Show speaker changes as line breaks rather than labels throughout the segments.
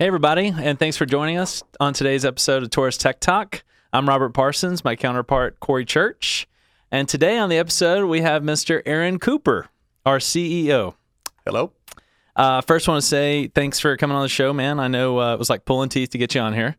Hey, everybody, and thanks for joining us on today's episode of Taurus Tech Talk. I'm Robert Parsons, my counterpart, Corey Church. And today on the episode, we have Mr. Aaron Cooper, our CEO.
Hello.
Uh, first, want to say thanks for coming on the show, man. I know uh, it was like pulling teeth to get you on here.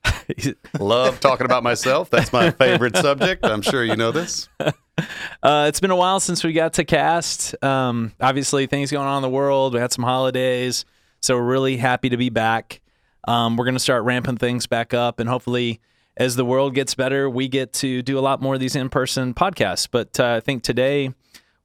Love talking about myself. That's my favorite subject. I'm sure you know this.
Uh, it's been a while since we got to cast. Um, obviously, things going on in the world. We had some holidays, so we're really happy to be back. Um, we're going to start ramping things back up, and hopefully, as the world gets better, we get to do a lot more of these in-person podcasts. But uh, I think today,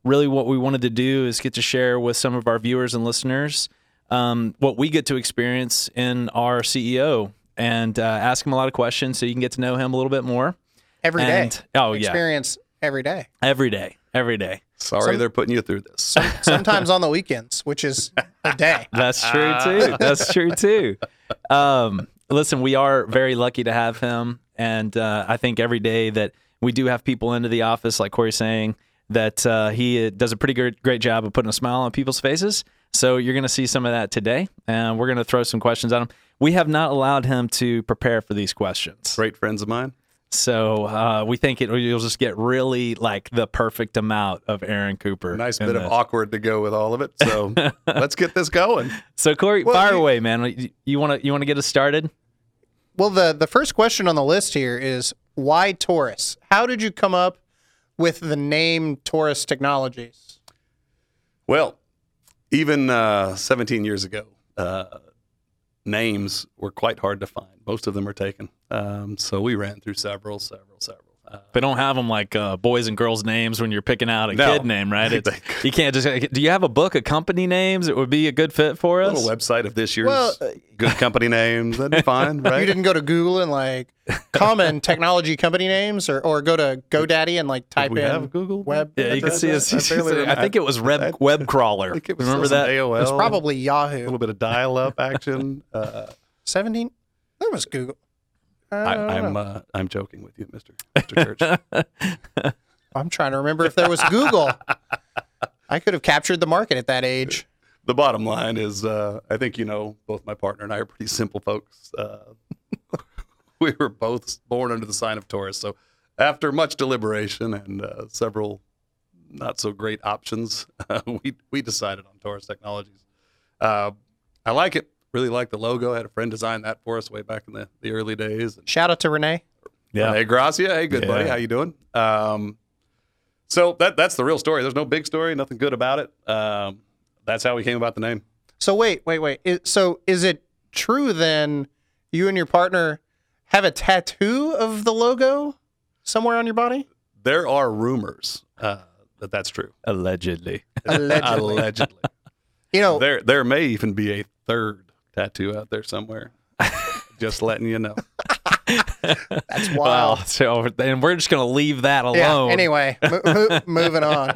really, what we wanted to do is get to share with some of our viewers and listeners um, what we get to experience in our CEO and uh, ask him a lot of questions so you can get to know him a little bit more
every day.
And- oh, yeah.
Experience every day.
every day. Every day.
Sorry
Some-
they're putting you through this.
Sometimes on the weekends, which is a day.
That's true too. That's true too. Um, listen, we are very lucky to have him, and uh, I think every day that we do have people into the office, like Corey's saying, that uh, he uh, does a pretty good, great job of putting a smile on people's faces. So you're going to see some of that today, and we're going to throw some questions at him. We have not allowed him to prepare for these questions.
Great friends of mine.
So uh, we think it, you'll just get really like the perfect amount of Aaron Cooper.
Nice
in
bit of
this.
awkward to go with all of it. So let's get this going.
So Corey,
Well,
fire
you-
away, man. You- You want to you want to get us started?
Well, the the first question on the list here is why Taurus? How did you come up with the name Taurus Technologies?
Well, even uh, 17 years ago, uh, names were quite hard to find. Most of them are taken. Um, so we ran through several, several, several. Uh,
They don't have them like uh, boys and girls' names when you're picking out a
No.
kid name, right? It's,
Thank-
you can't just. Do you have a book of company names that would be a good fit for us?
little website of this year's
Well, uh,
good company names. That'd be fine,
You
right?
didn't go to Google and like common technology company names or, or go to GoDaddy and like type
we
in
have Google?
web.
yeah, you can see us.
I barely
I
remember.
think it was Reb,
I-
Web Crawler.
I think it was
Remember
still some
that?
AOL.
It's
probably
probably
a
Yahoo.
little bit of dial-up action. Uh,
17? There was Google. Oh, I don't
I, I'm
know.
uh, I'm joking with you, Mister Mister Church.
I'm trying to remember if there was Google. I could have captured the market at that age.
the bottom line is, uh, I think you know both my partner and I are pretty simple folks. Uh, we were both born under the sign of Taurus, so after much deliberation and uh, several not so great options, uh, we we decided on Taurus Technologies. Uh, I like it. Really like the logo. I had a friend design that for us way back in the, the early days.
Shout out to Renee.
Yeah.
Hey, Gracia. Hey, good buddy.
Yeah.
How you doing? Um, so that that's the real story. There's no big story. Nothing good about it. Um, that's how we came about the name.
So wait, wait, wait. I so is it true then you and your partner have a tattoo of the logo somewhere on your body?
There are rumors uh, that that's true.
Allegedly. Oh.
Allegedly.
Allegedly.
you know,
There there may even be a third tattoo out there somewhere. Just letting you know.
that's
Wow.
wild.
So and we're just gonna leave that alone.
Yeah. Anyway, mo- mo- moving on.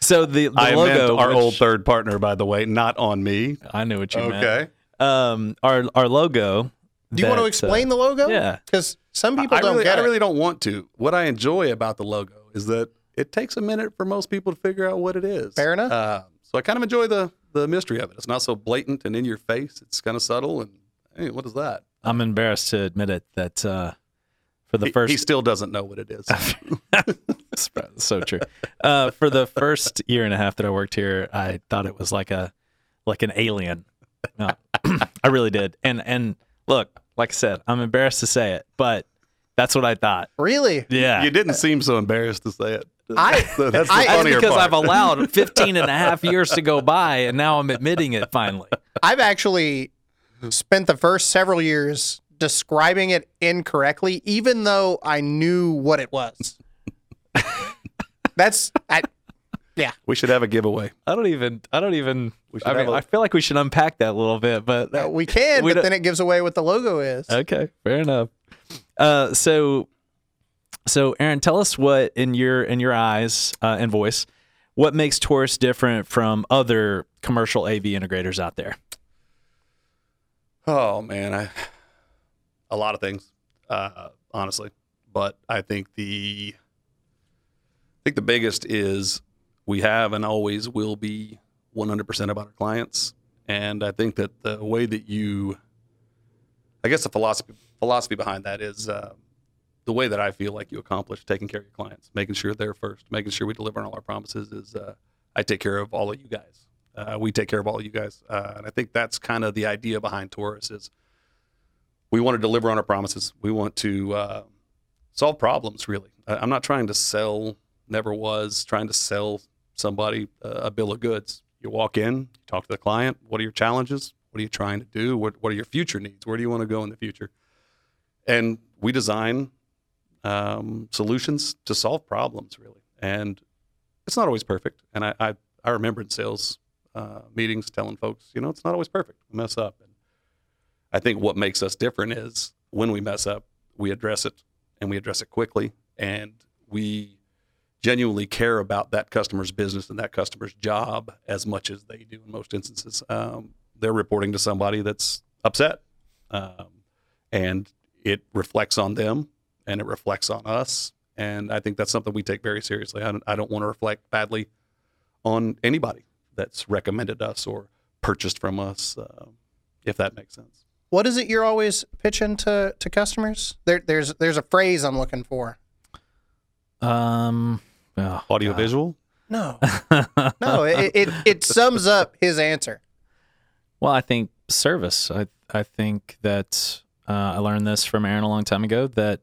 So the, the
I
logo.
meant our
which- Oh,
old third partner, by the way, not on me.
I knew what you meant.
Okay.
Um. Our our logo. uh,
Do you want to explain the logo?
yeah.
Because some people
I
don't
really,
get
I
it.
really don't want to. What I enjoy about the logo is that it takes a minute for most people to figure out what it is.
Fair enough.
Uh, so I kind of enjoy the the mystery of it. It's not so blatant and in your face. It's kind of subtle and hey, what is that?
I'm embarrassed to admit it that uh, for the
He-
first
he, still doesn't know what it is.
It's pro- so true. Uh, for the first year and a half that I worked here, I thought it was like a like an alien. No, I really did. And and look, like I said, I'm embarrassed to say it, but that's what I thought.
really?
Yeah.
you didn't seem so embarrassed to say it.
I-
So that's the
I-
That's
funnier
because
part.
I've allowed 15 and a half years to go by and now I'm admitting it finally.
I've actually spent the first several years describing it incorrectly, even though I knew what it was. that's I,
we should have a giveaway.
I don't even I don't even
We should
I mean
have a-
I feel like we should unpack that a little bit, but
uh, we can,
We
but
don't-
then it gives away what the logo is.
Okay, fair enough. Uh, so, so Aaron, tell us what in your in your eyes uh, and voice, what makes Taurus different from other commercial AV integrators out there?
Oh man, I a lot of things, uh, honestly. but I think the I think the biggest is we have and always will be 100% about our clients, and I think that the way that you, I guess the philosophy philosophy behind that is uh, the way that I feel like you accomplish taking care of your clients, making sure they're first, making sure we deliver on all our promises. Is uh, I take care of all of you guys. Uh, we take care of all of you guys, uh, and I think that's kind of the idea behind Taurus is we want to deliver on our promises. We want to uh, solve problems. Really, I, I'm not trying to sell. Never was trying to sell somebody uh, a bill of goods. You walk in, you talk to the client. What are your challenges? What are you trying to do? What, what are your future needs? Where do you want to go in the future? And we design um, solutions to solve problems, really. And it's not always perfect. And I, I, I remember in sales uh, meetings telling folks, you know, it's not always perfect. We mess up. And I think what makes us different is when we mess up, we address it and we address it quickly. And we genuinely care about that customer's business and that customer's job as much as they do in most instances. Um, they're reporting to somebody that's upset. Um, and it reflects on them and it reflects on us. And I think that's something we take very seriously. I don't, I don't want to reflect badly on anybody that's recommended us or purchased from us, uh, if that makes sense.
What is it you're always pitching to, to customers? There, there's there's a phrase I'm looking for.
Um, oh,
Audio
God.
visual?
No,
Oh.
no, it, it it sums up his answer.
Well, I think service. I I think that uh, I learned this from Aaron a long time ago that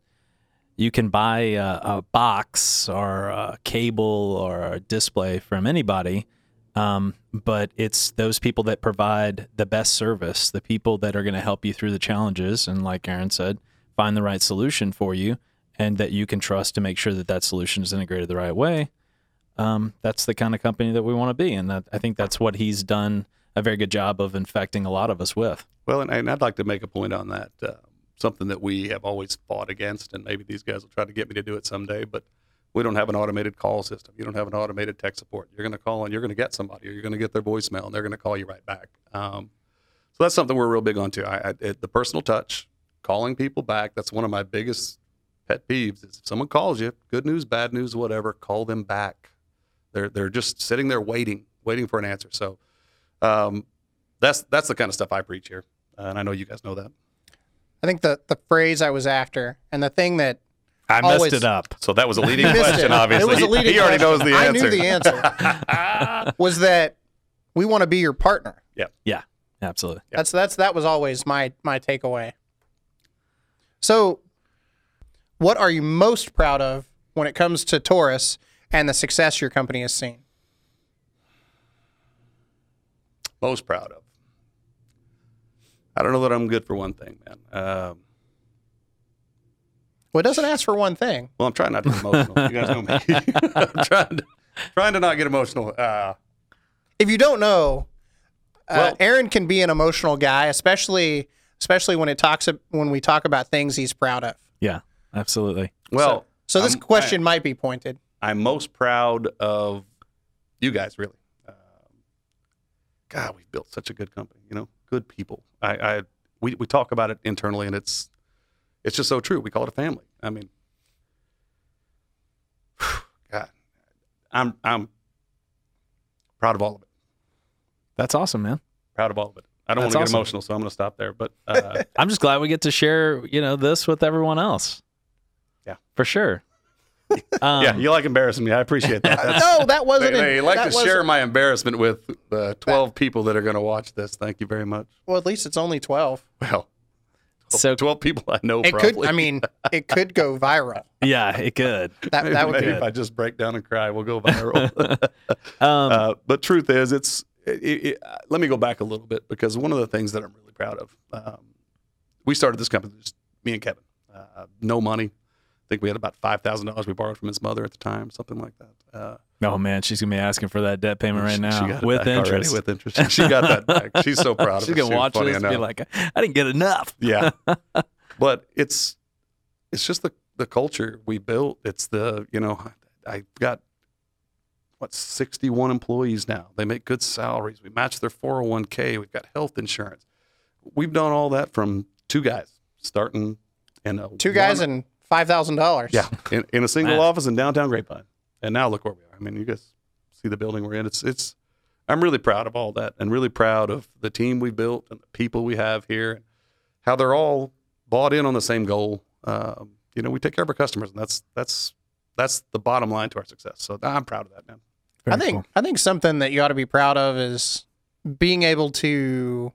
you can buy a, a box or a cable or a display from anybody, um, but it's those people that provide the best service, the people that are going to help you through the challenges, and like Aaron said, find the right solution for you, and that you can trust to make sure that that solution is integrated the right way um, that's the kind of company that we want to be. And that, I think that's what he's done a very good job of infecting a lot of us with.
Well, and, and I'd like to make a point on that. Uh, something that we have always fought against, and maybe these guys will try to get me to do it someday, but we don't have an automated call system. You don't have an automated tech support. You're going to call and you're going to get somebody, or you're going to get their voicemail, and they're going to call you right back. Um, so that's something we're real big on too. I, I, it, the personal touch, calling people back. That's one of my biggest pet peeves. Is if someone calls you, good news, bad news, whatever, call them back. They're they're just sitting there waiting, waiting for an answer. So um, that's that's the kind of stuff I preach here, uh, and I know you guys know that.
I think the the phrase I was after, and the thing that
I
messed Always. it
up.
So that was a leading
You missed
question,
it.
obviously.
It was a
He-
leading
he already
question.
knows the answer.
I knew the answer was that we want to be your partner.
Absolutely.
That's that's that was always my my takeaway. So, what are you most proud of when it comes to Taurus and the success your company has seen?
most proud of? I don't know that I'm good for one thing, man. Um,
Well, it doesn't ask for one thing.
well, I'm trying not to get emotional. You guys know me. I'm trying to, trying to not get emotional. Uh,
If you don't know, uh,
Well-
Aaron can be an emotional guy, especially especially when it talks when we talk about things he's proud of.
Yeah, absolutely.
well,
So this
I'm-
question might be pointed.
I'm most proud of you guys, really. Um, God, we've built such a good company. You know, good people. I, I we, we talk about it internally, and it's it's just so true. We call it a family. I mean, God, I'm I'm proud of all of it.
That's awesome, man.
Proud of all of it. I don't want
That's
to get
awesome.
emotional, so I'm going to stop there. But uh,
I'm just glad we get to share, you know, this with everyone else.
Yeah.
For sure. Um,
yeah, you like embarrassing me. I appreciate that. That's-
No, that
they,
wasn't. in-
they like
that
to
wasn't-
share my embarrassment with the 12 people that are going to watch this. Thank you very much.
Well, at least it's only twelve.
Well,
So
12 people I know
It
probably.
could. I mean, it could go viral.
yeah, it could.
That
Maybe,
that would
maybe
be.
if I just break down and cry, we'll go viral.
Um,
uh, but truth is, it's. It, it, it- uh, let me go back a little bit because one of the things that I'm really proud of, um, we started this company just me and Kevin, uh, no money. I think we had about five thousand dollars we borrowed from his mother at the time, something like that. Uh,
oh man, she's gonna be asking for that debt payment
she-
right
she
now
got it
with
back already
interest.
with interest, she got that back. She's so proud of
she's
it.
gonna
She was
watch
funny
this and be
enough.
like, I didn't get enough.
yeah but it's it's just the the culture we built it's the you know i've got what 61 employees now they make good salaries we match their 401k we've got health insurance we've done all that from two guys starting in a
Two guys
one-
and five thousand dollars.
Yeah, in, in a single
Man.
office in downtown Grapevine. And now look where we are. I mean, you guys see the building we're in. It's it's. I'm really proud of all that, and really proud of the team we built and the people we have here, and how they're all bought in on the same goal. Um, you know, we take care of our customers, and that's that's that's the bottom line to our success. So I'm proud of that, man.
I think I think something that you ought to be proud of is being able to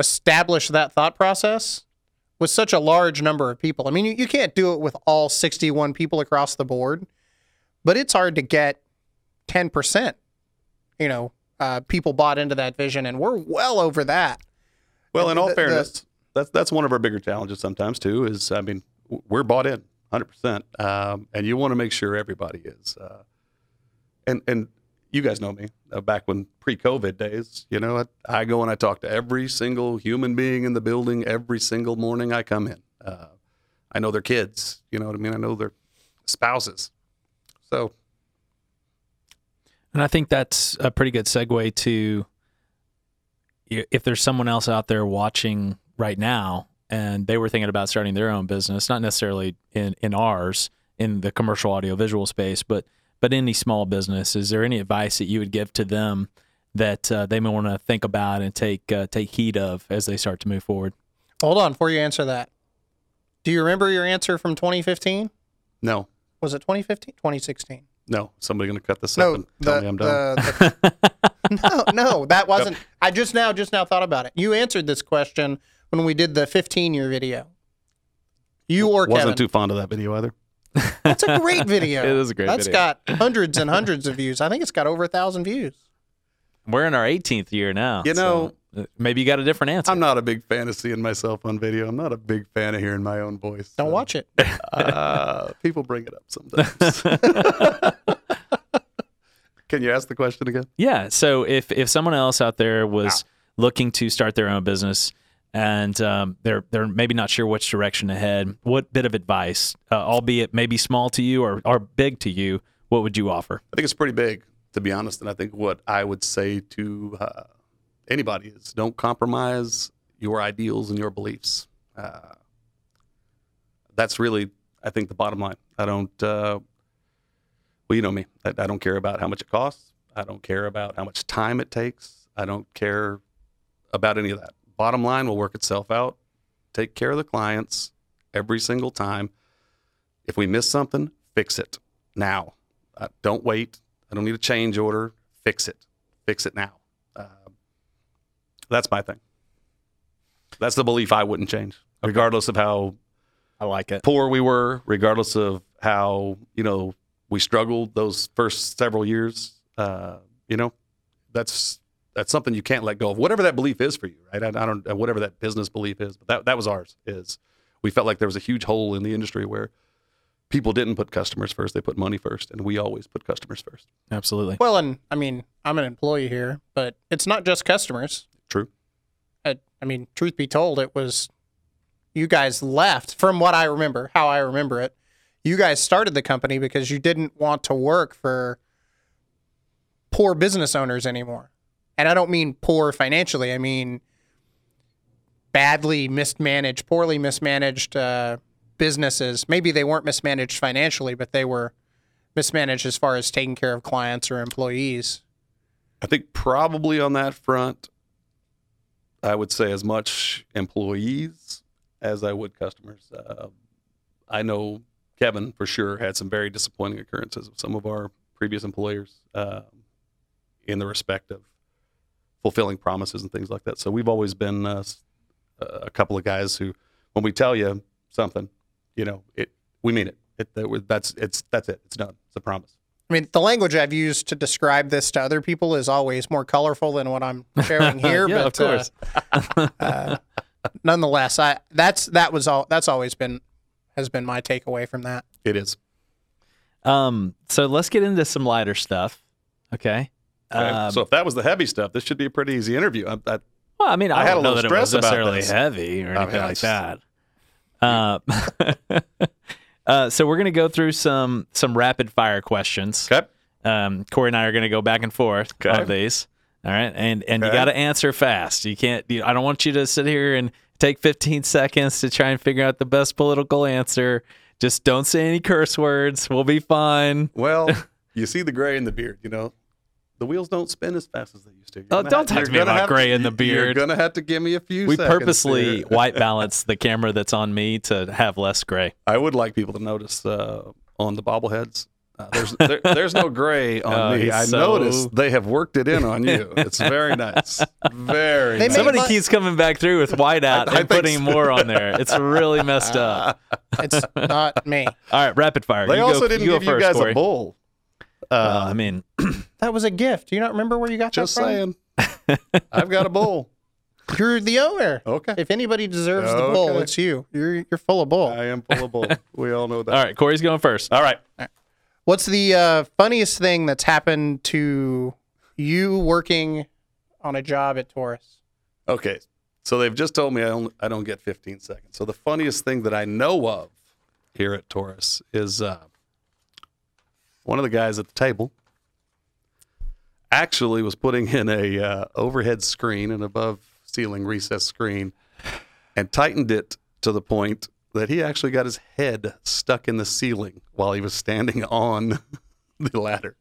establish that thought process with such a large number of people. I mean, you, you can't do it with all 61 people across the board, but it's hard to get 10%, you know, uh, people bought into that vision, and we're well over that.
Well, in all
The- the-
fairness, that's that's one of our bigger challenges sometimes too. Is I mean, w- we're bought in 100, percent um, and you want to make sure everybody is. Uh, and and you guys know me uh, back when pre-COVID days. You know, I, I go and I talk to every single human being in the building every single morning I come in. Uh, I know their kids. You know what I mean. I know their spouses. So
And I think that's a pretty good segue to i- if there's someone else out there watching right now and they were thinking about starting their own business, not necessarily in, in ours, in the commercial audiovisual space, but but any small business, is there any advice that you would give to them that uh, they may want to think about and take uh, take heed of as they start to move forward?
Hold on, before you answer that, do you remember your answer from 2015?
no,
Was it 2015? 2016.
no, somebody going to cut this up
No, uh,
and tell
the-
me I'm done.
the- the- no, no, that wasn't. I just now, just now thought about it. You answered this question when we did the 15 year video. You or Kevin?
Wasn't too fond of that video either.
That's a great video.
It is a great
That's
video.
got hundreds and hundreds of views. I think it's got over a thousand views.
We're in our 18th year now.
You
so, uh, maybe you got a different answer.
I'm not a big fan of seeing myself on video. I'm not a big fan of hearing my own voice.
Don't
So,
watch it.
Uh, people bring it up sometimes. Can you ask the question again?
Yeah. So if if someone else out there was
Ah.
looking to start their own business and um, they're they're maybe not sure which direction to head, what bit of advice, uh, albeit maybe small to you or or big to you, what would you offer?
I think it's pretty big, to be honest. And I think what I would say to uh, anybody is don't compromise your ideals and your beliefs. Uh, that's really, I think, the bottom line. I don't, uh, well, you know me. I, I don't care about how much it costs. I don't care about how much time it takes. I don't care about any of that. Bottom line will work itself out. Take care of the clients every single time. If we miss something, fix it now. Uh, don't wait. I don't need a change order. Fix it. Fix it now. Uh, that's my thing. That's the belief I wouldn't change, regardless of how
I like it.
poor we were, regardless of how you know we struggled those first several years. Uh, you know, that's that's something you can't let go of. Whatever that belief is for you, right? I, I don't uh, whatever that business belief is, but that that was ours. Is we felt like there was a huge hole in the industry where people didn't put customers first; they put money first, and we always put customers first.
Absolutely.
Well, and I mean, I'm an employee here, but it's not just customers.
True.
I, uh, I mean, truth be told, it was you guys left from what I remember, how I remember it. You guys started the company because you didn't want to work for poor business owners anymore. And I don't mean poor financially, I mean badly mismanaged, poorly mismanaged uh, businesses. Maybe they weren't mismanaged financially, but they were mismanaged as far as taking care of clients or employees.
I think probably on that front, I would say as much employees as I would customers. Uh, I know Kevin for sure had some very disappointing occurrences with some of our previous employers uh, in the respect of fulfilling promises and things like that. So we've always been uh, s- a couple of guys who, when we tell you something, you know, it we mean it. it that, we- that's it's that's it. It's done. It's a promise.
I mean, the language I've used to describe this to other people is always more colorful than what I'm sharing here.
Yeah,
but,
of course.
uh, uh, nonetheless, I that's that was all. That's always been has been my takeaway from that.
It is.
Um, so let's get into some lighter stuff. Okay.
Okay,
Um,
so if that was the heavy stuff, this should be a pretty easy interview. I, I,
well, I mean, I,
I had
don't
a
know
little
that it was
stress about
necessarily
this.
heavy or
I
anything
mean, I
like
just-
that. Uh, uh, so we're gonna go through some some rapid fire questions.
okay.
um, Corey and I are going to go back and forth
Okay.
on these. All right, and and you
Okay.
got to answer fast. You can't. You, I don't want you to sit here and Take 15 seconds to try and figure out the best political answer. Just don't say any curse words. We'll be fine.
Well, you see the gray in the beard, you know. The wheels don't spin as fast as they used to. You're
Oh,
gonna
don't
ha-
talk
you're
to me
gonna
about
have to-
gray in the
You're
beard.
gonna have to give me a few.
We
seconds
purposely
here.
white balance the camera that's on me to have less gray.
I would like people to notice uh, on the bobbleheads. Uh, there's there, there's no gray on
Oh,
me.
he's
I
so-
noticed they have worked it in on you. It's very nice. Very. nice.
They made
Somebody
my-
keeps coming back through with whiteout
I- I
and
think
putting
so.
more on there. It's really messed up.
It's not me.
All right, rapid fire.
They
You go-
also didn't
you go
give you
first,
guys
Corey.
a bull.
Uh,
Uh,
I mean,
That was a gift. Do you not remember where you got
just
that from?
saying. I've got a bull.
You're the owner.
Okay.
If anybody deserves the bull,
Okay.
it's you. You're you're full of bull.
I am full of bull. We all know that.
all right, Corey's going first. All right.
What's the uh, funniest thing that's happened to you working on a job at Taurus?
Okay. So they've just told me I don't, I don't get 15 seconds. So the funniest thing that I know of here at Taurus is uh, one of the guys at the table actually was putting in a uh, overhead screen an above ceiling recessed screen and tightened it to the point that he actually got his head stuck in the ceiling while he was standing on the ladder.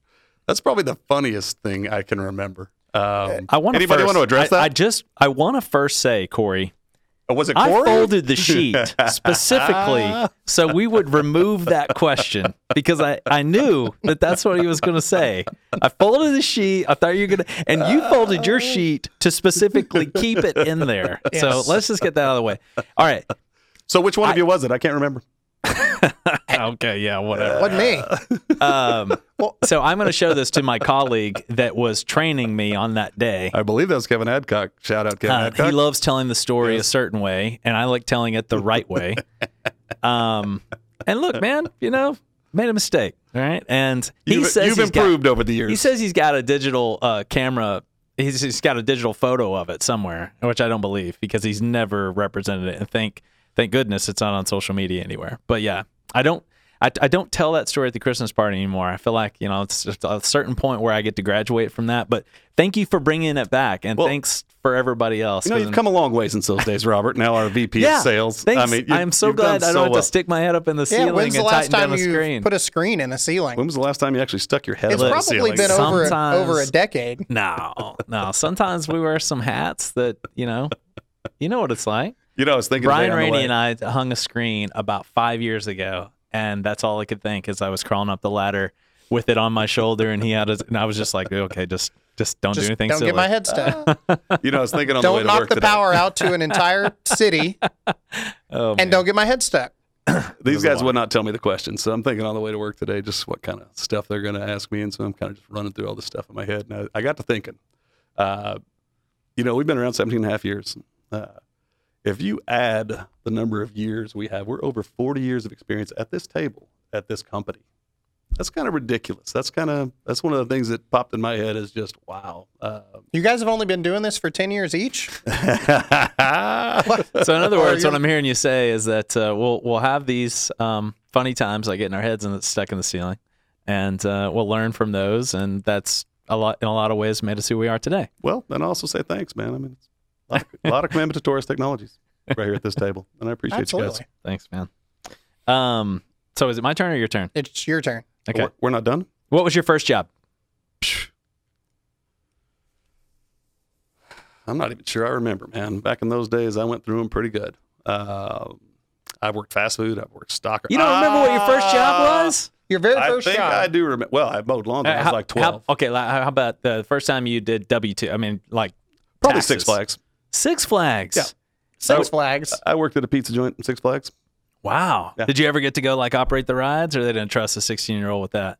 That's probably the funniest thing I can remember. Um,
I want
anybody
first,
want to address
I,
that?
I just I want to first say, Corey,
Oh, was it
I
Corey?
folded the sheet specifically so we would remove that question because I, I knew that that's what he was going to say. I folded the sheet. I thought you were going to, and you folded your sheet to specifically keep it in there. So
Yes.
let's just get that out of the way. All right.
So which one of you was it? I can't remember.
Okay. Yeah. Whatever.
What me?
Um, so I'm going to show this to my colleague that was training me on that day.
I believe that was Kevin Adcock. Shout out Kevin
Uh,
Adcock.
he loves telling the story a
Yes.
certain way, and I like telling it the right way. um, and look, man, you know, made a mistake, all right? And he
you've
says
you've
he's got-
improved over the years.
he says he's got a digital uh, camera. He's, he's got a digital photo of it somewhere, which I don't believe because he's never represented it. And thank thank goodness it's not on social media anywhere. But yeah, I don't I, I don't tell that story at the Christmas party anymore. I feel like you know it's just a certain point where I get to graduate from that. But thank you for bringing it back, and
Well-
thanks for everybody else.
you know,
'cause
you've
I'm-
come a long way since those days, Robert. Now our VP
yeah,
of sales.
Thanks.
I mean, you-
am so
you've done
glad I don't have
well.
to stick my head up in the
Yeah,
ceiling
when's the
and tighten
last
down
time
the
you
screen.
put a screen in a ceiling?
When was the last time you actually stuck your head
it's
up
Look,
the ceiling?
probably been over a,
Sometimes-
over a decade.
No, no. Sometimes we wear some hats that you know, you know what it's like.
You know, I was thinking
Brian
today on the
Rainey
way-
and I hung a screen about five years ago, and that's all I could think as I was crawling up the ladder with it on my shoulder, and he had, his, and I was just like, okay, just just don't
Just
do anything
don't
silly.
get my head stuck.
You know, I was thinking on the way
don't
to
knock
work
the
today.
power out to an entire city
oh, man.
and don't get my head stuck.
These guys would not tell me the question, so I'm thinking on the way to work today just what kind of stuff they're going to ask me, and so I'm kind of just running through all this stuff in my head. And I, I got to thinking, uh, you know, we've been around 17 and a half years. Uh, if you add the number of years we have, we're over 40 years of experience at this table at this company. That's kind of ridiculous. That's kind of that's one of the things that popped in my head is just wow.
You guys have only been doing this for 10 years each?
Uh,
So in other
Or
words, what
you're-
I'm hearing you say is that uh, we'll we'll have these um, funny times like getting our heads in, stuck in the ceiling, and uh, we'll learn from those, and that's a lot in a lot of ways made us who we are today.
Well, and I also say thanks, man. I mean, it's a lot, of, a lot of commitment to Taurus Technologies right here at this table, and I appreciate you guys.
Absolutely.
Thanks, man. Um, so is it my turn or your turn?
It's your turn.
Okay.
We're, we're not done.
What was your first job?
I'm not even sure I remember, man. Back in those days, I went through them pretty good. Um I worked fast food. I worked stalker.
You don't remember what your first job was?
Your very
I
first
think
job.
I do remember. Well, I mowed lawns Uh, when I was like 12.
okay, like, Uh, how about the first time you did W two? I mean, like
Probably
taxes.
Six Flags.
Six Flags.
Yeah.
Six Flags.
I worked at a pizza joint in Six Flags.
Wow.
Yeah.
Did you ever get to go like operate the rides, or they didn't trust a sixteen year old with that?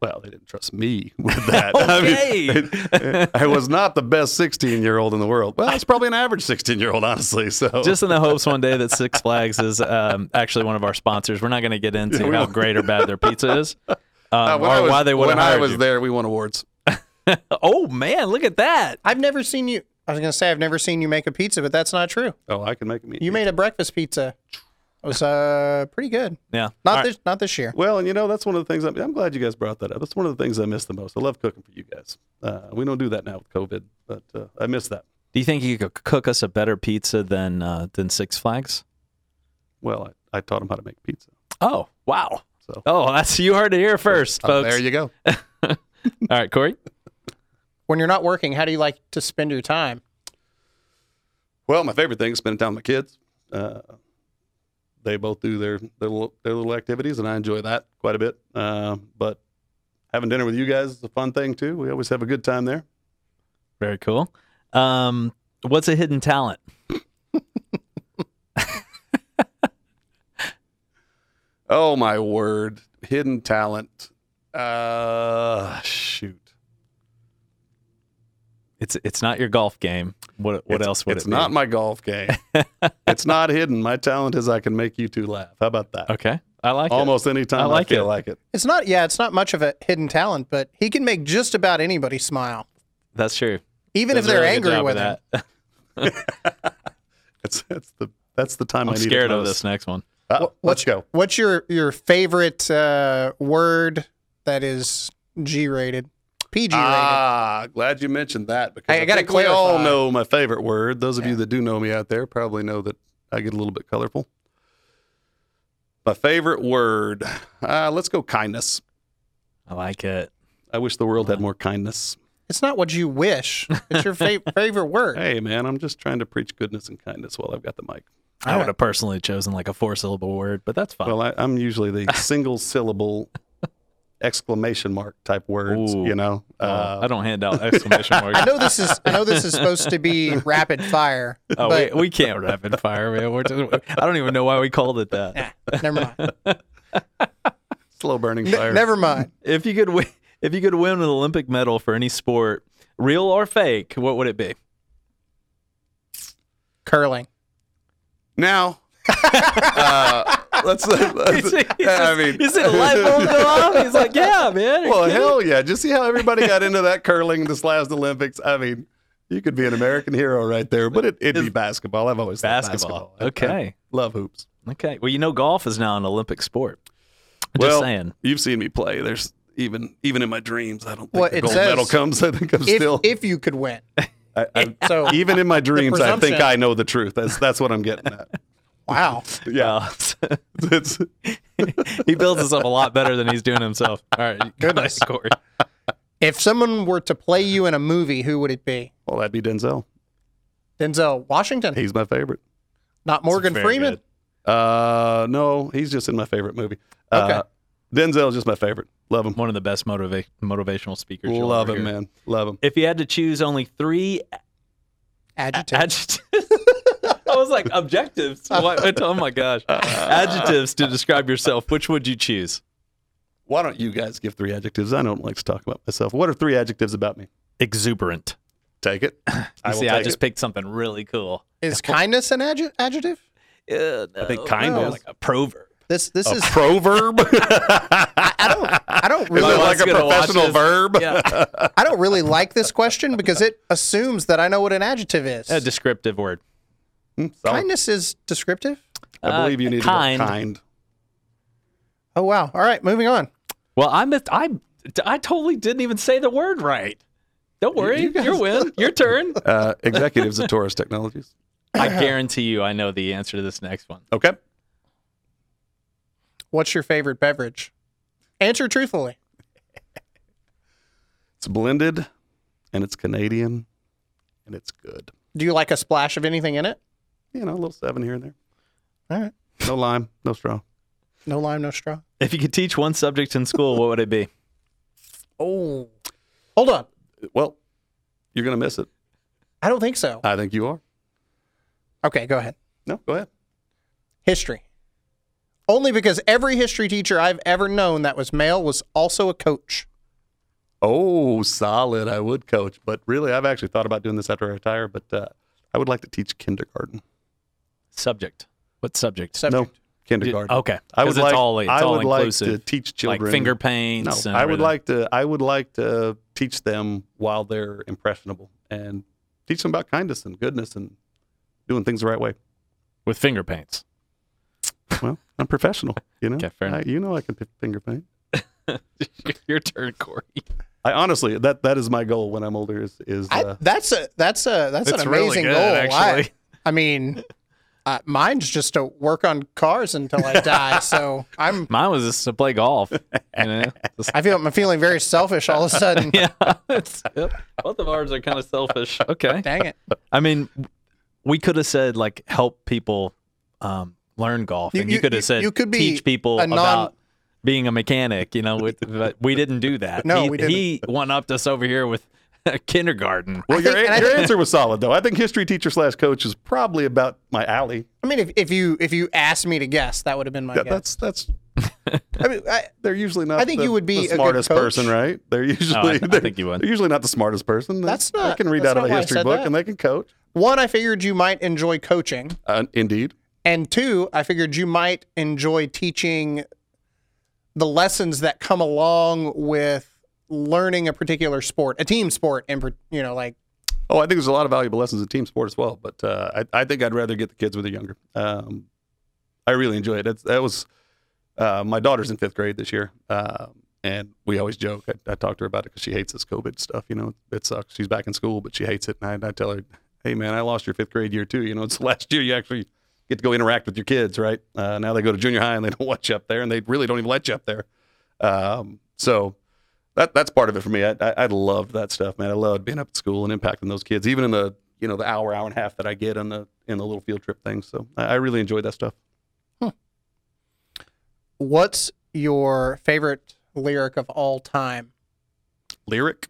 Well, they didn't trust me with that.
Okay.
I was not the best 16 year old in the world. Well, I was probably an average 16 year old, honestly. So
Just in the hopes one day that Six Flags is um, actually one of our sponsors. We're not going to get into
Yeah, we
how
won't.
great or bad their pizza is, um,
Uh,
or
when I was,
why they would
when
have
I
hired
was
you.
there, we won awards.
Oh man, look at that!
I've never seen you. I was going to say I've never seen you make a pizza, but that's not true.
Oh, I can make a meat.
You made a breakfast pizza. It was uh pretty good.
Yeah.
Not
All right.
this not this year.
Well, and you know that's one of the things. I'm, I'm glad you guys brought that up. That's one of the things I miss the most. I love cooking for you guys. Uh, we don't do that now with COVID, but uh, I miss that.
Do you think you could cook us a better pizza than uh, than Six Flags?
Well, I, I taught him how to make pizza.
Oh, wow.
So-
Oh, that's you heard it here first,
Uh,
folks.
there you go.
All right, Corey.
When you're not working, how do you like to spend your time?
Well, my favorite thing is spending time with my kids. Uh, they both do their, their little their little activities, and I enjoy that quite a bit. Uh, but having dinner with you guys is a fun thing too. We always have a good time there.
Very cool. Um, what's a hidden talent?
Oh my word, hidden talent. Uh, shoot.
It's it's not your golf game. What what
It's-
else would
it's
it
not
be?
my golf game. it's not hidden. My talent is I can make you two laugh. How about that?
okay, I like it.
Almost any time I,
like
feel
it.
like it.
It's not, yeah, it's not much of a hidden talent, but he can make just about anybody smile,
That's true.
even
Does
if
a
they're
really good
angry
job
with him.
that.
It's that's the that's the time
I'm
I need it
scared of
most.
this next one.
Uh, let's go.
What's your your favorite uh, word that is G rated, PG rated?
Uh,
Ah, glad you mentioned that because
I- I gotta
think we all
clarify.
know my favorite word. Those of you
Yeah.
that do know me out there probably know that I get a little bit colorful. My favorite word. Uh, let's go kindness.
I like it.
I wish the
Uh-huh.
world had more kindness.
it's not what you wish. It's your fa- favorite word.
Hey, man, I'm just trying to preach goodness and kindness while I've got the mic.
I would have personally chosen like a four syllable word, but that's fine.
Well, I, I'm usually the single syllable exclamation mark type words,
Ooh.
you know.
Oh,
Uh,
I don't hand out exclamation marks.
I know this is I know this is supposed to be rapid fire,
oh,
but
we, we can't rapid fire, man. We're just, I don't even know why we called it that.
never mind.
slow burning fire.
N- never mind.
If you could win, if you could win an Olympic medal for any sport, real or fake, what would it be?
Curling.
Now, uh, let's. let's uh, I mean,
you see the light bulb go off? He's like, yeah, man.
Well, hell yeah! Just see how everybody got into that curling this last Olympics. I mean, you could be an American hero right there, but it, it'd be basketball. I've always loved
basketball.
basketball. I- I
Okay.
love hoops.
Okay. Well, you know, golf is now an Olympic sport. I'm
well,
just saying.
you've seen me play. There's even even in my dreams, I don't think
Well,
the
it
gold
says-
medal comes. I think I'm
If
still
if you could win,
I, I,
so
even in my dreams. I think
presumption-
I know the truth. That's that's what I'm getting at.
wow.
Yeah,
Uh,
it's,
he builds this up a lot better than he's doing himself. All right. Goodness. Corey.
If someone were to play you in a movie, who would it be?
well, that'd be Denzel.
Denzel Washington,
He's my favorite.
not Morgan
Very
Freeman.
good.
Uh, no, he's just in my favorite movie. Uh, Denzel's just my favorite. Love him.
One of the best motiva- motivational speakers. you'll
Love
ever
him,
hear.
man. Love him.
If you had to choose only three
Adjective.
adjectives, I was like, objectives. What? Oh my gosh. Adjectives to describe yourself. Which would you choose?
Why don't you guys give three adjectives? I don't like to talk about myself. What are three adjectives about me?
Exuberant.
Take it.
You
I will
see, I
take
just
it.
picked something really cool.
is kindness an adj- adjective?
Yeah,
I think kind
no.
is.
like a proverb.
This this
a
is
proverb. is
I don't I don't
it
really
wife's
like a
gonna watch
professional
this.
verb?
Yeah.
I don't really like this question because it assumes that I know what an adjective is.
a descriptive word.
Hmm, Solid.
Kindness is descriptive.
I believe you need
kind.
to go kind.
Oh wow! All right, moving on.
Well, I'm a, I I totally didn't even say the word right. Don't worry, you your win, your turn.
Uh, executives at Taurus Technologies.
I guarantee you, I know the answer to this next one.
Okay.
What's your favorite beverage? Answer truthfully.
It's blended and it's Canadian and it's good.
Do you like a splash of anything in it?
You know, a little seven here and there.
All right.
No lime, no straw.
No lime, no straw.
If you could teach one subject in school, what would it be?
Oh, hold on.
Well, you're going to miss it.
I don't think so.
I think you are.
Okay, go ahead.
No, go ahead.
History. Only because every history teacher I've ever known that was male was also a coach.
Oh, solid. I would coach, but really, I've actually thought about doing this after I retire. But uh, I would like to teach kindergarten.
Subject. What subject?
No,
Subject.
kindergarten.
Okay.
I would
Because it's
like.
all, it's
I
all
would
inclusive.
like to teach children.
Like finger
No,
paints. and
I would
everything.
like to. I would like to teach them while they're impressionable and teach them about kindness and goodness and doing things the right way.
with finger paints.
Well, I'm professional, you know.
Okay, fair
I, you know, I can p- finger paint.
Your turn, Corey.
I honestly, that that is my goal when I'm older. Is is
I,
uh,
that's a that's a that's an
It's really
amazing
good,
goal. I,
actually.
I mean, uh, mine's just to work on cars until I die. So I'm
Mine was just to play golf. You know? Just-
I feel I'm feeling very selfish all of a sudden.
yeah. It's- yep. Both of ours are kind of selfish. Okay.
Dang it!
I mean, we could have said like help people um, learn golf,
You-
and you,
you-
could
you-
have said
you could be
teach people
a non-
about being a mechanic. You know, with, but we didn't do that.
No,
he,
we didn't.
He went up us over here with kindergarten.
well, your,
think- and I
your
think-
answer was solid though. I think history teacher slash coach is probably about my alley.
I mean, if, if you if you asked me to guess, that would have been my
That-
guess.
That's that's
I mean, I,
they're usually not.
I think
the-
you would
the
be a good
smartest
coach.
person, right? They're usually.
Oh, I
they're-
think you would.
They're usually not the smartest person. They-
That's
They
not-
can read
that's
out of
not
a
why I
history
said
book
that.
and they can coach.
one, I figured you might enjoy coaching,
Uh, indeed.
and two, I figured you might enjoy teaching the lessons that come along with learning a particular sport, a team sport, and you know, like
Oh, I think there's a lot of valuable lessons in team sport as well. But uh, I, I think I'd rather get the kids when they're younger. Um, I really enjoy it. That's, that was uh, my daughter's in fifth grade this year, um, and we always joke. I, I talk to her about it because she hates this COVID stuff. You know, it sucks. She's back in school, but she hates it. And I, I tell her, "Hey, man, I lost your fifth grade year too. You know, it's the last year you actually get to go interact with your kids, right? Uh, now they go to junior high and they don't want you up there, and they really don't even let you up there. Um, so that that's part of it for me. I, I I loved that stuff, man. I loved being up at school and impacting those kids, even in the you know the hour hour and a half that I get on the in the little field trip thing. So I, I really enjoyed that stuff.
what's your favorite lyric of all time?
Lyric,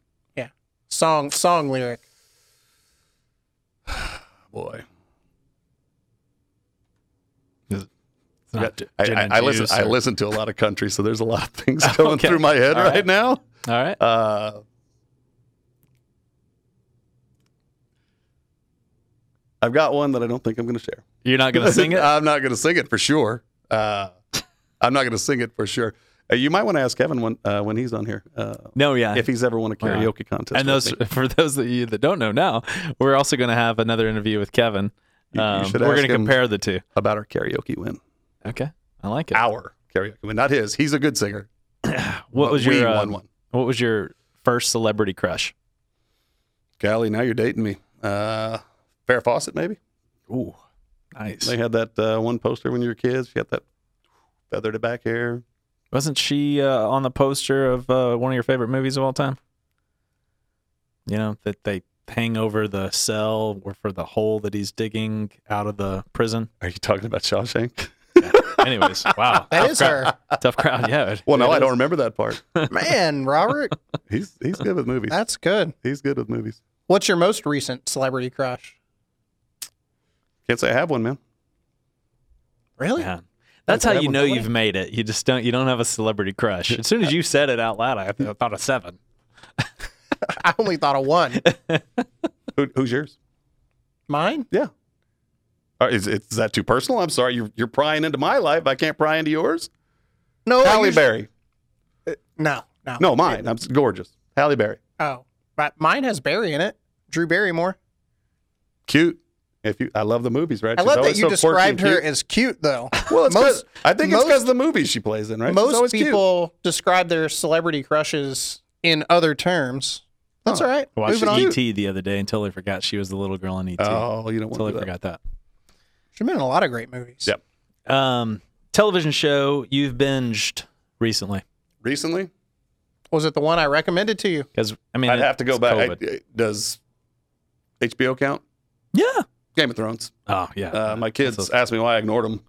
Song song lyric.
boy,
It's not
Yeah,
gin
I, I,
and
I listen.
juice
I
or-
listen to a lot of country, so there's a lot of things going
Okay.
through my head
All
right,
right.
now.
All right.
Uh, I've got one that I don't think I'm going to share.
You're not gonna sing it.
I'm not going to sing it for sure. Uh, I'm not going to sing it for sure. Uh, you might want to ask Kevin when uh, when he's on here uh,
no. Yeah.
if he's ever won a
Why not?
karaoke contest.
and
with
those
me.
for those of you that don't know now, we're also going to have another interview with Kevin.
You- you
Um,
should
we're
ask
going to
him.
compare the two.
about our karaoke win.
Okay, I like it.
Our karaoke win, not his. He's a good singer.
What
but
was
we
your
won
um,
one?
What was your first celebrity crush?
Callie, now you're dating me. Uh, Fair Fawcett, maybe.
Ooh, nice.
They had that uh, one poster when you were kids. She had that feathered back hair.
Wasn't she uh, on the poster of uh, one of your favorite movies of all time? You know that they hang over the cell or for the hole that he's digging out of the prison.
Are you talking about Shawshank?
Anyways, wow,
That is her.
tough crowd. Yeah. it-
Well, no,
it
I
is.
don't remember that part.
Man, Robert,
He's he's good with movies.
that's good.
He's good with movies.
What's your most recent celebrity crush?
Can't say I have one, man.
Really?
Yeah. That's
I
how
have
you
one.
know you've made it. You just don't. You don't have a celebrity crush. As soon as you said it out loud, I, I thought of seven.
I only thought of one.
Who, who's yours?
Mine?
Yeah. Uh, Is, is that too personal? I'm sorry. You're, you're prying into my life. I can't pry into yours.
No. I
Halle
usually-
Berry.
No, no.
No, mine. I'm s- gorgeous. Halle Berry.
Oh, but mine has Barry in it. Drew Barrymore.
Cute. If you, I love the movies, right?
I
She's
love that
always
you
so quirky and
described her
cute.
as cute, though.
Well, it's 'cause-
most
I think it's because
most-
the movies she plays in, right? She's
most
always cute.
people describe their celebrity crushes in other terms. That's
Huh.
all right.
Watched
Moving on.
ET the other day and totally forgot she was the little girl in ET.
Oh, you don't want
totally
to do that.
forgot that.
She's been in a lot of great movies.
Yep.
Um, television show you've binged recently?
Recently,
Was it the one I recommended to you?
Because I mean,
I'd have to go
it's
back. I-
COVID.
I- does HBO count?
yeah.
Game of Thrones.
Oh yeah.
Uh, my kids
That's
asked me why I ignored them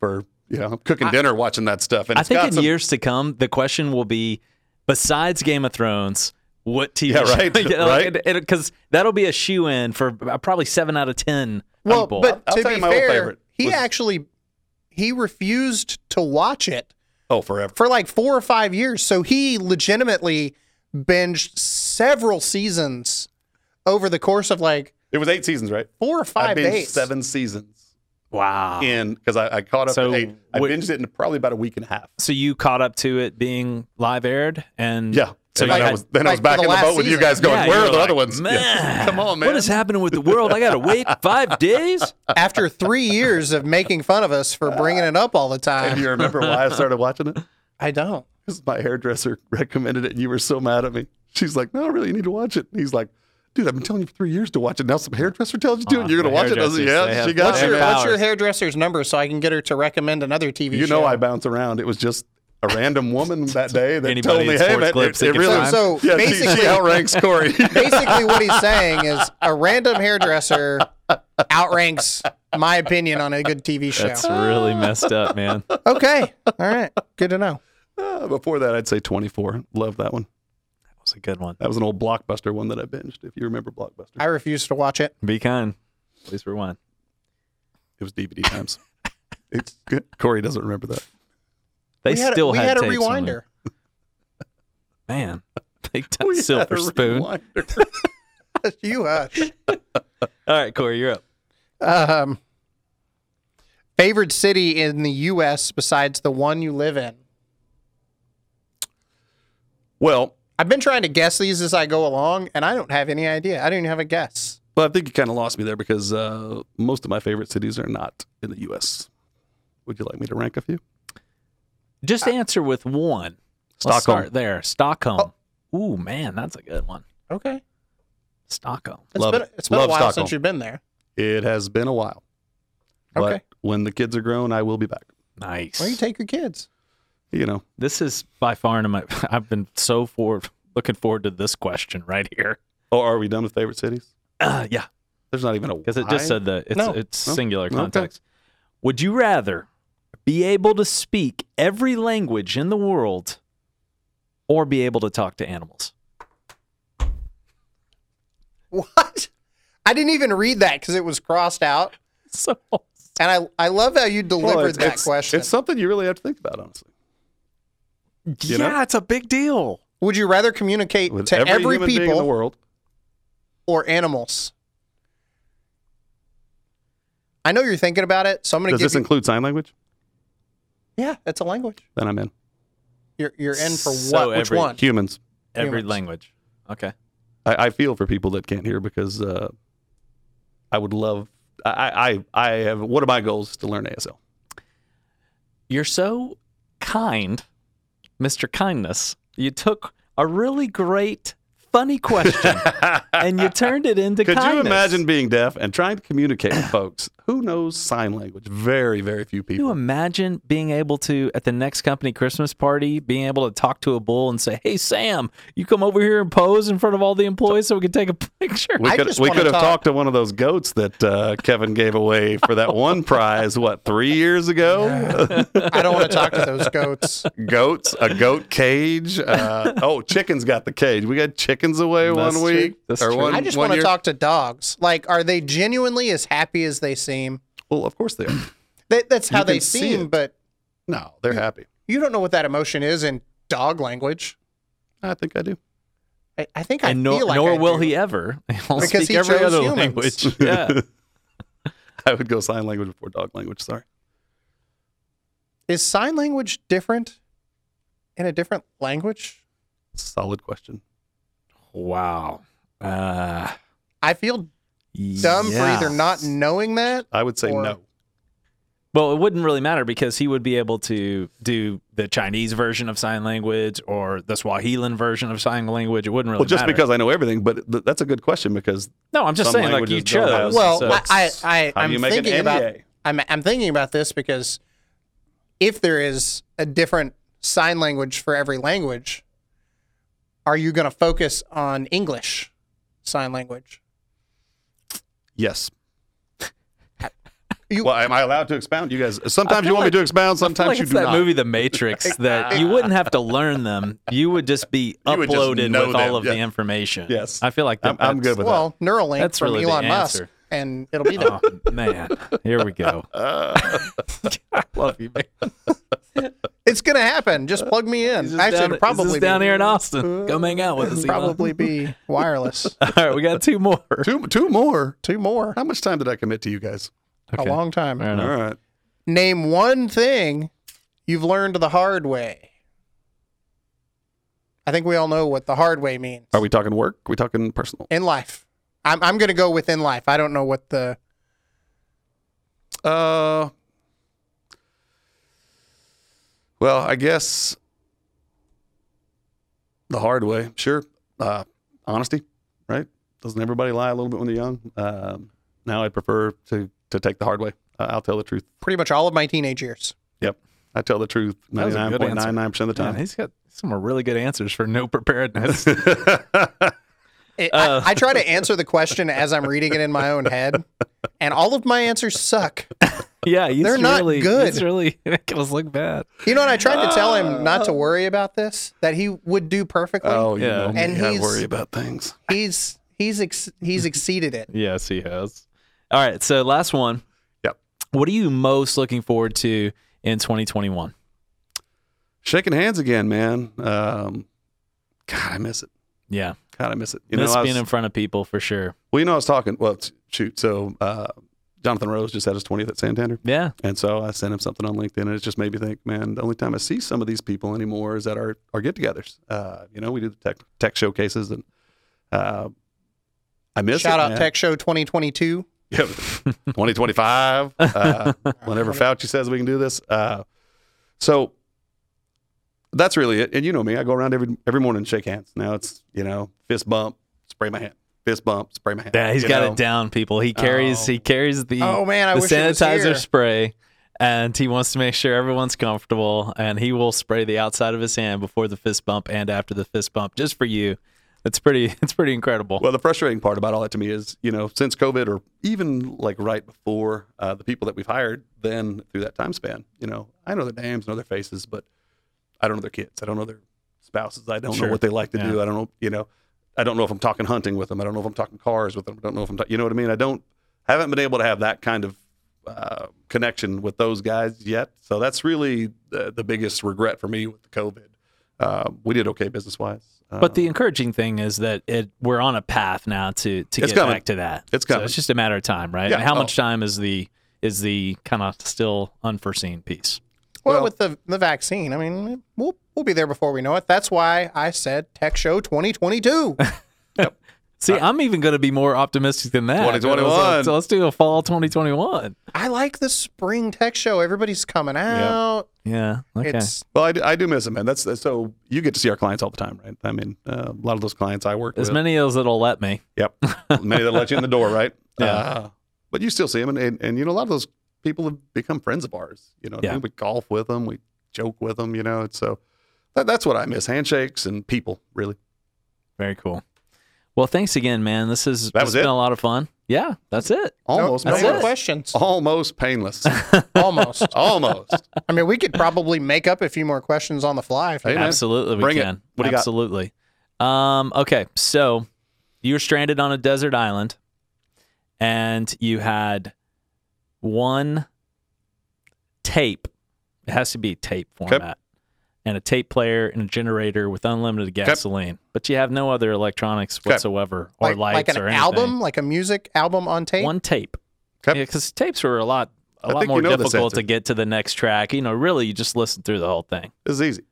for you know cooking dinner, watching that stuff, and
I
it's
think
got
in
some
years to come, the question will be, besides Game of Thrones, what TV?
Yeah, right, right.
Because that'll be a shoe in for uh, probably seven out of ten
Well,
people.
but
I'll
to
tell
be
you my old
fair,
favorite
he
was-
actually he refused to watch it
oh forever.
for like four or five years. So he legitimately binged several seasons over the course of like
It was eight seasons, right?
four or
I
five
binged
days.
seven seasons
wow.
in because I, I caught up.
So
at eight. I
what-
binged it in probably about a week and a half.
So you caught up to it being live aired, and
Yeah.
So
and
you
then I
had-
was then I
like
was back
the
in the
last
boat with you
season.
guys going,
Yeah,
where
you
are
were
the other
like,
ones? Yeah.
Man,
Come on, man.
What is happening with the world? I gotta wait five days.
After three years of making fun of us for bringing it up all the
And
time,
you remember why I started watching it?
I don't.
because my hairdresser recommended it and you were so mad at me. She's like, no, really, you need to watch it. And he's like, dude, I've been telling you for three years to watch it. Now some hairdresser tells you to, and you're going to
Uh,
watch it. I was like,
hairdressers, they
yeah, she
have-
got
What's
That's
you.
your,
your
what's your
powers.
hairdresser's number so I can get her to recommend another TV
You
show?
know, I bounce around. It was just a random woman that day that
Anybody
told me,
in
hey,
sports
man,
clips
it,
that
it
can
really.
find-
So,
yeah, she,
basically,
she outranks Corey.
basically what he's saying is a random hairdresser outranks my opinion on a good TV show.
That's really messed up, man.
okay. All right. Good to know.
Uh, before that, I'd say 24. Love that one.
That was a good one.
That was an old Blockbuster one that I binged, if you remember Blockbuster.
I refuse to watch it.
Be kind. Please rewind.
It was DVD times. It's good. Corey doesn't remember that.
They
we had,
still
a, we
had,
had a
tapes on
rewinder.
it. Man, they got
We had
silver
a
spoon. All
rewinder.
you uh, hush.
right, Corey, you're up.
Um, favored city in the U.S. besides the one you live in?
Well,
I've been trying to guess these as I go along, and I don't have any idea. I don't even have a guess.
well, I think you kind of lost me there because uh, most of my favorite cities are not in the U.S. Would you like me to rank a few?
Just answer with one.
Stockholm. Oh.
Let's start there. Stockholm. Ooh, man, that's a good one.
Okay.
Stockholm.
It's
Love
been,
it.
has been a
Love
while
Stockholm.
since you've been there.
It has been a while.
Okay.
But when the kids are grown, I will be back.
Nice.
Where you take your kids?
You know,
this is by far and my. I've been so forward, looking forward to this question right here.
oh, are we done with favorite cities?
Uh, yeah,
There's not even a
because it just
why.
said that it's
No.
it's
No.
singular
Okay.
context. Would you rather be able to speak every language in the world, or be able to talk to animals?
What? I didn't even read that because it was crossed out.
So
And I, I love how you
Well,
delivered
it's-
that
it's-
question.
It's something you really have to think about, honestly.
yeah,
know?
it's a big deal.
Would you rather communicate
With
to
every,
every,
human being in the
people
world,
or animals? I know you're thinking about it, so I'm going to
does
give
this
you.
include sign language?
yeah, that's a language.
Then I'm in.
You're, you're in for
So
what? Which
every-
one?
Humans.
Every
Humans.
language. Okay.
I, I feel for people that can't hear because uh, I would love. I, I I have one of my goals is to learn ASL.
You're so kind, Mr. Kindness. You took a really great, funny question and you turned it into
Could
kindness.
you imagine being deaf and trying to communicate with folks who knows sign language? Very very few
Can you
people.
imagine being able to at the next company Christmas party, being able to talk to a bull and say, "Hey Sam, you come over here and pose in front of all the employees so we can take a picture."
We
I
could
just
we
wanna
could have
talk-
talked to one of those goats that uh, Kevin gave away for that one prize. What three years ago?
I don't want to talk to those goats.
goats, a goat cage. Uh, oh, chickens got the cage. We got chickens away
That's
one
true.
week
That's
or
true.
one.
I just
one
want to
year.
talk to dogs. Like, are they genuinely as happy as they seem?
Well, of course they are.
That, that's how
You can
they
see
seem,
it.
but
No, they're happy.
you don't know what that emotion is in dog language.
I think I do.
I, I think I
And nor,
feel like
nor
I
will
do.
he ever. He'll
Because
speak
he
every
chose
other
humans.
language. Yeah.
I would go sign language before dog language. Sorry.
Is sign language different in a different language?
Solid question.
wow. Uh,
I feel dumb for either
yeah.
not knowing that.
I would say
Or-
no.
Well, it wouldn't really matter because he would be able to do the Chinese version of sign language or the Swahilan version of sign language. It wouldn't really
Well, just
matter.
because I know everything, but th- that's a good question because
no, I'm just
some
saying like you
languages don't
chose.
have-
Well,
so-
I, I, I
how do
I'm
you make an
thinking about
NDA?
I'm I'm thinking about this because if there is a different sign language for every language, are you going to focus on English sign language?
yes.
You-
well, am I allowed to expound? You guys, sometimes you want me to expound,
I feel
sometimes
like
you
it's
do
that
not.
movie The Matrix that you wouldn't have to learn them. You would just be
You would just
uploaded
know
with
them,
all of
yeah.
the information.
Yes.
I feel like that,
I'm- I'm
that's-
good with
well, Neuralink
That's
from
really the
Elon Musk,
answer.
and it'll be there.
Oh, man, here we go.
Uh, Love you, man.
It's going to happen. Just plug me in.
This is
Actually,
down-
it'll
this
probably
is
be,
down here in Austin. Come hang out with us.
it'll
Elon.
probably be wireless.
All right, we got two more.
Two, two more.
Two more.
How much time did I commit to you guys?
A
Okay.
long time.
Fair enough.
All right.
Name one thing you've learned the hard way. I think we all know what the hard way means
Are we talking work? Are we talking personal?
in life. I'm, I'm going to go with in life. I don't know what the.
Uh, well, I guess the hard way. Sure, uh, honesty, right? Doesn't everybody lie a little bit when they're young? Um, now I prefer to to take the hard way. Uh, I'll tell the truth.
Pretty much all of my teenage years.
I tell the truth
That was a
ninety nine
good
point
answer.
nine nine percent of the
Man,
time.
he's got some really good answers for no preparedness.
It-
Oh.
I, I try to answer the question as I'm reading it in my own head, and all of my answers suck.
yeah, he's
They're not
really,
good.
He's really making us look bad.
You know, and I tried to tell him not to worry about this, that he would do perfectly.
oh, you
Yeah.
know me,
And
I
he's-
worry about things.
He's he's ex- he's exceeded it.
Yes, he has. All right, so last one.
Yep.
What are you most looking forward to in 2021?
Shaking hands again, man. Um, God, I miss it.
Yeah,
God, I miss it.
miss
I was-
being in front of people for sure.
Well, you know, I was talking. Well, t- shoot. So uh, Jonathan Rose just had his 20th at Santander,
Yeah,
and so I sent him something on LinkedIn, and it just made me think, man, the only time I see some of these people anymore is at our our get-togethers. Uh, you know, we do the tech tech showcases, and uh, I miss
Shout
it,
out
man.
Tech Show 2022.
Yeah, 2025. Uh, whenever Fauci says we can do this. Uh, so that's really it. And you know me, I go around every every morning and shake hands. Now it's you know fist bump, spray my hand, fist bump, spray my hand.
yeah, he's
you
got
know?
it down, people. He carries
Oh.
he carries the
Oh man, I
the
wish it was
sanitizer
here.
spray, and he wants to make sure everyone's comfortable. And he will spray the outside of his hand before the fist bump and after the fist bump, just for you. It's pretty. It's pretty incredible.
Well, the frustrating part about all that to me is, you know, since COVID or even like right before, uh, the people that we've hired then through that time span, you know, I know their names, know their faces, but I don't know their kids. I don't know their spouses. I don't
Sure.
know what they like to
Yeah.
do. I don't know, you know, I don't know if I'm talking hunting with them. I don't know if I'm talking cars with them. I don't know if I'm, ta- you know what I mean? I don't, haven't been able to have that kind of uh, connection with those guys yet. So that's really the, the biggest regret for me with the COVID. Uh, we did okay business wise.
But
uh,
the encouraging thing is that it we're on a path now to to
It's
get
coming.
back to that.
It's
So
coming.
it's just a matter of time, right?
Yeah.
And how
Oh.
much time is the is the kind of still unforeseen piece?
Well,
Well-
with the the vaccine, I mean, we'll we'll be there before we know it. That's why I said Tech Show 2022.
See, I'm even going to be more optimistic than that.
Uh, 2021.
So let's do a fall 2021.
I like the spring Tech Show. Everybody's coming out.
Yeah. Okay.
It's
Well, I do, I do miss it, man. That's, that's so you get to see our clients all the time, right? I mean, uh, a lot of those clients I work
as
with.
many as it'll let me.
Yep, many that let you in the door, right?
Yeah.
Uh, but you still see them, and, and and you know a lot of those people have become friends of ours. You know, what I
Yeah.
mean? we golf with them, we joke with them. You know, it's so that, that's what I miss: handshakes and people. Really,
Very cool. Well, thanks again, man. This has
That
this
was
has been
it?
a lot of fun. Yeah, that's it.
almost
no, no more
it.
painless.
questions.
almost painless,
Almost.
almost.
I mean, we could probably make up a few more questions on the fly. If
Hey, man.
Absolutely, we
Bring it.
can.
What do you got?
Absolutely. Um, okay, so you were stranded on a desert island, and you had one tape. It has to be tape format, and a tape player and a generator with unlimited gasoline. But you have no other electronics
Okay.
whatsoever, or
like,
lights
like an
or anything.
album, like a music album on tape.
One tape.
Okay.
because tapes were a lot a
I
lot
think
more
you know this
difficult
answer.
to get to the next track. You know, really, you just listen through the whole thing.
This is easy.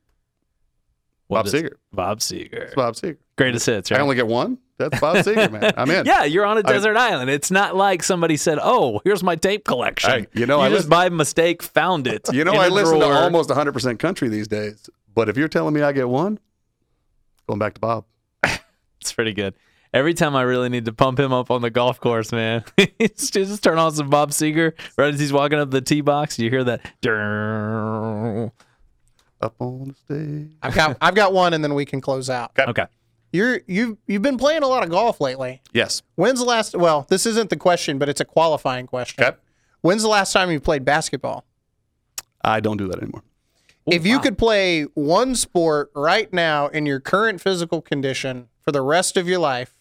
What
Bob
is-
Seger.
Bob Seger.
It's Bob Seger.
Greatest hits, right?
I only get one. That's Bob Seger, man. I'm in.
yeah, you're on a
I-
desert island. It's not like somebody said, "Oh, here's my tape collection."
Hey, you know, I
just
listen-
by mistake found it.
You know,
in a
I listen
drawer.
to almost 100% country these days, but if you're telling me I get one, going back to Bob.
It's pretty good. Every time I really need to pump him up on the golf course, man, just, just turn on some Bob Seger right as he's walking up the tee box. You hear that? Okay.
Up on the stage.
I've got I've got one, and then we can close out. You're you've you've been playing a lot of golf lately.
Yes.
When's the last? Well, this isn't the question, but it's a qualifying question.
Okay.
When's the last time you played basketball?
I don't do that anymore.
if you could play one sport right now in your current physical condition for the rest of your life,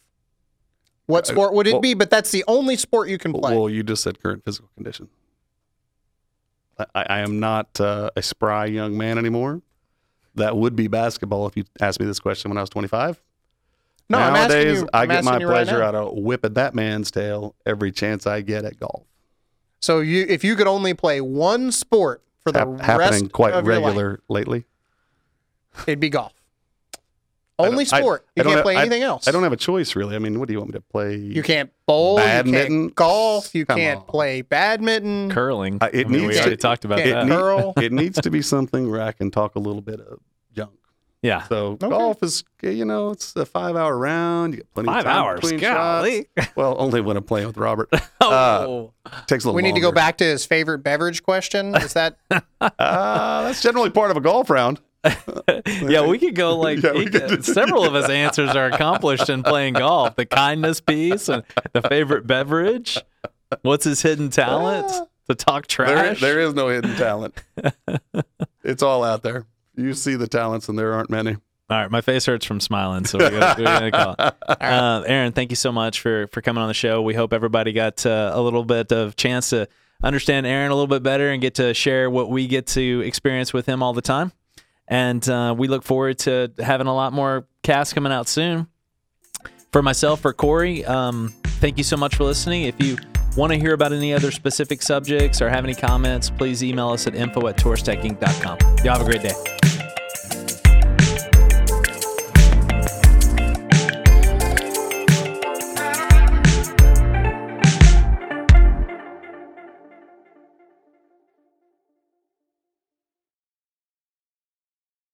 what sport would it
Uh, well-
be? But that's the only sport you can play.
Well, you just said current physical condition. I, I am not uh, a spry young man anymore. That would be basketball if you asked me this question when I was 25.
no, I'm asking
Nowadays,
you-
I
I'm
get my
asking you right
pleasure
now.
out of whipping that man's tail every chance I get at golf.
So you, if you could only play one sport for the
Hap- happening
rest
quite
of your life,
regular lately.
it'd be golf.
don't-
Only
I-
sport.
I
you
don't
can't
have-
play
I-
anything else.
I don't have a choice really. I mean, what do you want me to play?
You can't bowl. You
Badminton?
can't golf. You
Come
can't
on.
play badminton.
curling.
Uh, it
I mean, we
needs
already
to-
talked about
it
that.
need- curl.
it needs to be something where I can talk a little bit of junk.
Yeah.
So golf is, you know, it's a five-hour round. You get plenty
Five
of time
hours.
between shots.
Golly.
Well, only when I'm playing with Robert.
Oh.
takes a little.
We need to go
longer.
back to his favorite beverage question. Is that
Uh, that's generally part of a golf round.
yeah, we could go like
Yeah, we
he-
could do-
several of his answers are accomplished in playing golf. The kindness piece and the favorite beverage. What's his hidden talent? To talk
Ah. There,
trash.
there is no hidden talent. it's all out there. You see the talents, and there aren't many.
All right, my face hurts from smiling, so we're gonna, we're gonna call. It. Uh, Aaron, thank you so much for for coming on the show. We hope everybody got uh, a little bit of chance to understand Aaron a little bit better and get to share what we get to experience with him all the time. And uh, we look forward to having a lot more casts coming out soon. For myself, for Corey, um, thank you so much for listening. If you want to hear about any other specific subjects or have any comments, please email us at info at tourstechinc.com. Y'all have a great day.